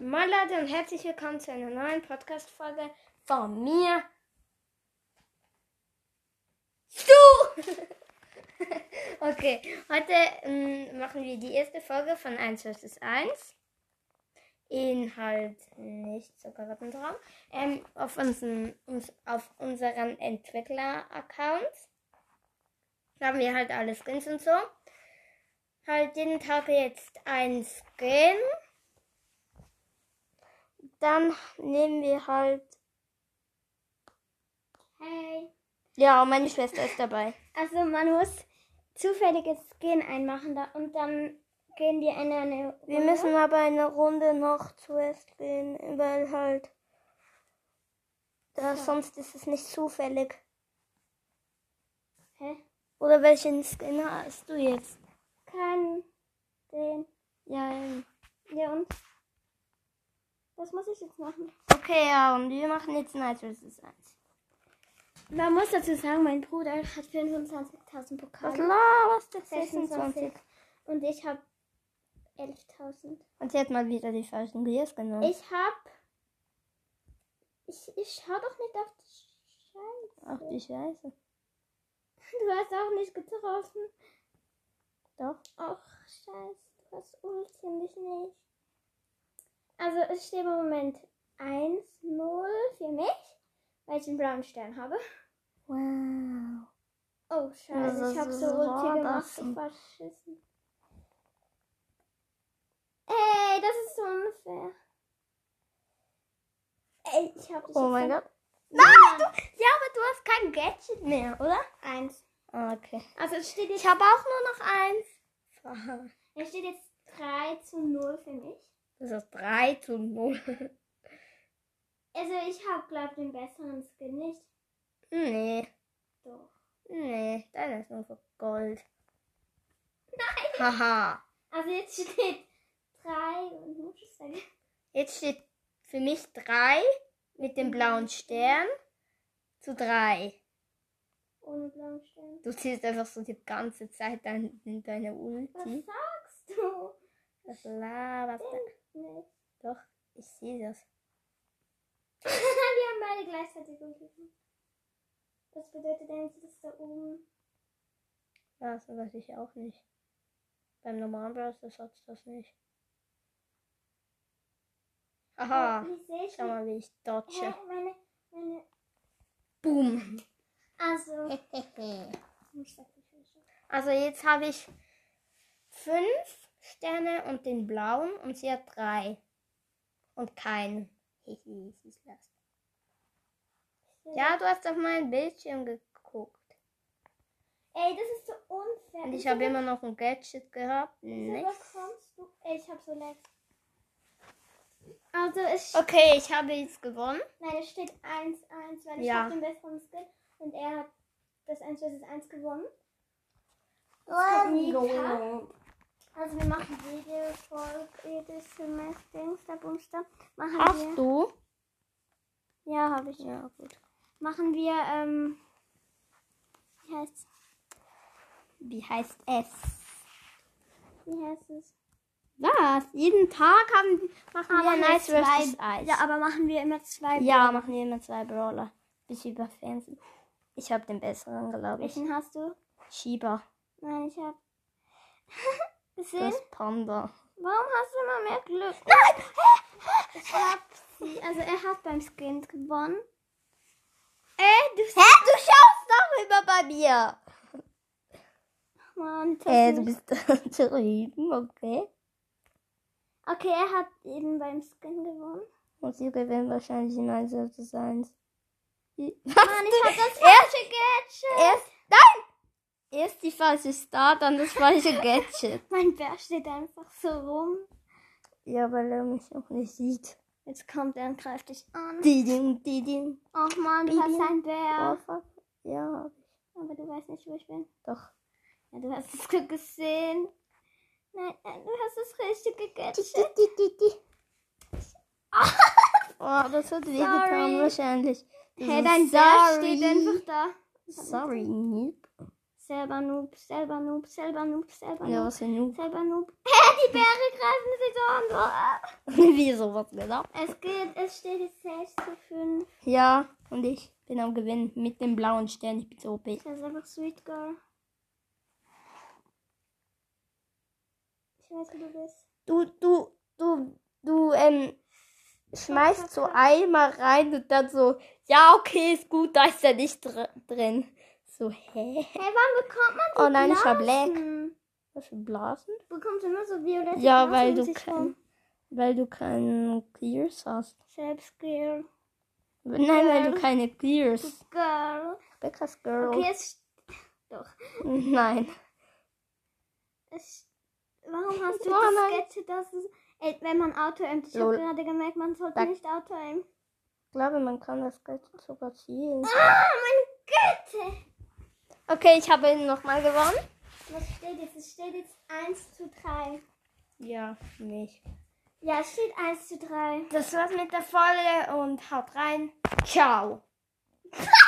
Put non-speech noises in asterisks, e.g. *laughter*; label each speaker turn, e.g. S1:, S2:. S1: Moin Leute und herzlich willkommen zu einer neuen Podcast-Folge von mir. Du! *laughs* okay, heute ähm, machen wir die erste Folge von 1 vs 1. Inhalt nicht so gerade im Raum. Ähm, auf, unseren, uns, auf unseren Entwickler-Account. Da haben wir halt alle Skins und so. Halt jeden Tag jetzt ein Skin. Dann nehmen wir halt.
S2: Hey.
S1: Ja, und meine Schwester ist dabei.
S2: Also man muss zufälliges Skin einmachen da und dann gehen die in eine Runde.
S1: Wir müssen aber eine Runde noch zuerst gehen, weil halt. Da, sonst ist es nicht zufällig.
S2: Hä?
S1: Oder welchen Skin hast du jetzt?
S2: Keinen. Den.
S1: Ja, ähm,
S2: Ja und? Was muss ich jetzt machen?
S1: okay, ja, und wir machen jetzt Night vs. 1.
S2: Man muss dazu sagen, mein Bruder hat 25.000
S1: Was
S2: Pokale.
S1: laberst du?
S2: 26.
S1: 26.
S2: Und ich habe 11.000.
S1: Und sie hat mal wieder die falschen Gears genommen.
S2: Ich habe... Ich, ich schau doch nicht auf die Scheiße.
S1: Ach die Scheiße.
S2: Du hast auch nicht getroffen.
S1: Doch.
S2: Ach, scheiße, du hast Ulti und ich nicht. Also es steht im Moment 1-0 für mich, weil ich den blauen Stern habe.
S1: Wow.
S2: Oh, scheiße,
S1: Was
S2: ich habe so
S1: war
S2: Ulti gemacht.
S1: das denn?
S2: Ich war schissen. Ey, das ist so unfair. Ey, ich habe dich
S1: Oh mein Gott. Ja, aber du hast kein Gadget mehr, oder?
S2: Eins.
S1: Ah, Okay.
S2: Also es steht jetzt,
S1: Ich habe auch nur noch eins.
S2: es steht jetzt 3 zu 0 für mich.
S1: Das ist 3 zu 0.
S2: Also ich habe, glaube den besseren Skin nicht.
S1: *laughs* Nee,
S2: Doch.
S1: nee, deiner ist nur für Gold. Nein. Haha.
S2: Also jetzt steht 3 und muss ich sagen.
S1: Jetzt steht für mich 3 mit dem blauen Stern zu 3.
S2: Ohne blauen Stern.
S1: Du ziehst einfach so die ganze Zeit dein, deine
S2: Was
S1: Ulti.
S2: sagst du?
S1: Was laberst du?
S2: Nee. *laughs*
S1: Doch, ich sehe das.
S2: Wir haben beide gleichzeitig gegriffen. Was bedeutet denn, dass da oben.
S1: Ja, das weiß ich auch nicht. Beim normalen Browser hat's das nicht. Aha.
S2: Wie sehe ich
S1: Schau mal, wie ich
S2: die- Hä?
S1: dodge.
S2: Meine, meine.
S1: Boom.
S2: Also. Ich sag nicht, wie ich-
S1: *laughs* Also jetzt habe ich fünf Sterne und den blauen und sie hat drei. Und keinen. *laughs* Hihi, sie ist lost. Ja, du hast auf meinen Bildschirm geguckt.
S2: Ey, das ist so unfair.
S1: Und ich
S2: Wieso
S1: habe immer noch ein Gadget gehabt.
S2: Wieso
S1: Nichts.
S2: kommst du? Ey, ich hab so leid. Also, es
S1: Okay, ich habe jetzt gewonnen.
S2: Nein, es steht 1-1, weil ich
S1: Ja.
S2: hab den besseren Skin und er hat das 1 vs 1 gewonnen. Also wir machen jede Folge, jedes Semester, da Bumster, machen wir,
S1: Hast du?
S2: ja habe ich,
S1: Ja, gut.
S2: machen wir, ähm, wie heißt,
S1: Wie heißt es?
S2: wie heißt es?
S1: Was? Jeden Tag haben, machen
S2: Aber
S1: wir
S2: nur
S1: Nice
S2: zwei-
S1: vs. Ice.
S2: Ja, aber machen wir immer zwei.
S1: Ja, machen wir immer zwei Brawler. Bis über Fernsehen. Ich habe den besseren, glaube ich.
S2: Welchen hast du?
S1: Schieber.
S2: Nein, ich *laughs* habe. Gesehen?
S1: Das Panda.
S2: Warum hast du immer mehr Glück? Nein! Ich hab sie, also er hat beim Skin gewonnen.
S1: Äh, du, Hä? du schaust doch immer bei mir.
S2: Mann, das
S1: Äh,
S2: ist-
S1: du bist *laughs* da drüben, okay.
S2: Okay, er hat eben beim Skin gewonnen.
S1: Und sie gewinnen wahrscheinlich in 1 vs 1. Mann, ich
S2: hab
S1: *laughs*
S2: das
S1: erste
S2: Gadget.
S1: Erst, nein! Erst die falsche Star, dann das falsche Gadget.
S2: Mein Bär steht einfach so rum.
S1: *laughs* ja, weil er mich auch nicht sieht.
S2: Jetzt kommt er und greift dich an.
S1: Diding, diding.
S2: Och man, du hast
S1: Bibi.
S2: einen
S1: Oh,
S2: Bär.
S1: fuck. Ja,
S2: Aber du weißt nicht, wo ich bin.
S1: doch.
S2: Ja, du hast es gut gesehen. Nein, nein, du hast das richtige
S1: Di,
S2: Gadget.
S1: di, di, di, di. *laughs* Oh, das hat wehgetan
S2: Sorry.
S1: wahrscheinlich.
S2: Hey, dein Bär steht einfach da.
S1: Sorry, Nip.
S2: Selber Noob, selber Noob, selber Noob, selber Noob.
S1: Ja, was für ein Noob. *laughs*
S2: Selber Noob. Hä, die Bären greifen sich so an. So. ab.
S1: Wie sowas, genau.
S2: Es geht, es steht jetzt 6 zu 5.
S1: Ja, und ich bin am Gewinn mit dem blauen Stern. Ich bin so OP.
S2: Ich heiße einfach Sweet Girl. Ich weiß, wie du bist.
S1: Du, du, du, du, ähm, schmeißt so einmal rein und dann so, ja, okay, ist gut, da ist er nicht dr drin. So, hä?
S2: Hey, wann bekommt man die
S1: Oh nein, ich war black.
S2: Blasen?
S1: Was für Blasen?
S2: Du bekommst immer so violette
S1: Ja,
S2: Blasen
S1: weil
S2: um
S1: du
S2: sich
S1: kein,
S2: rum.
S1: weil du keine Gears hast.
S2: Selbst Girl.
S1: Nein, weil du
S2: Girl.
S1: keine Gears.
S2: Girl.
S1: Beckers Girl.
S2: Okay, es... Doch.
S1: *laughs* Nein.
S2: Es, warum hast
S1: *laughs*
S2: du
S1: Oh nein.
S2: das Sketch, dass es... Ey, wenn man Auto-aimt, ich
S1: Lol.
S2: habe gerade gemerkt, man sollte
S1: Da-
S2: nicht Auto-aimen.
S1: Ich glaube, man kann das Geld sogar zielen.
S2: Ah, meine Güte!
S1: Okay, ich habe ihn nochmal gewonnen.
S2: Was steht jetzt? Es steht jetzt 1 zu 3.
S1: Ja, nicht.
S2: Ja, es steht 1 zu 3.
S1: Das war's mit der Folge und haut rein. Ciao.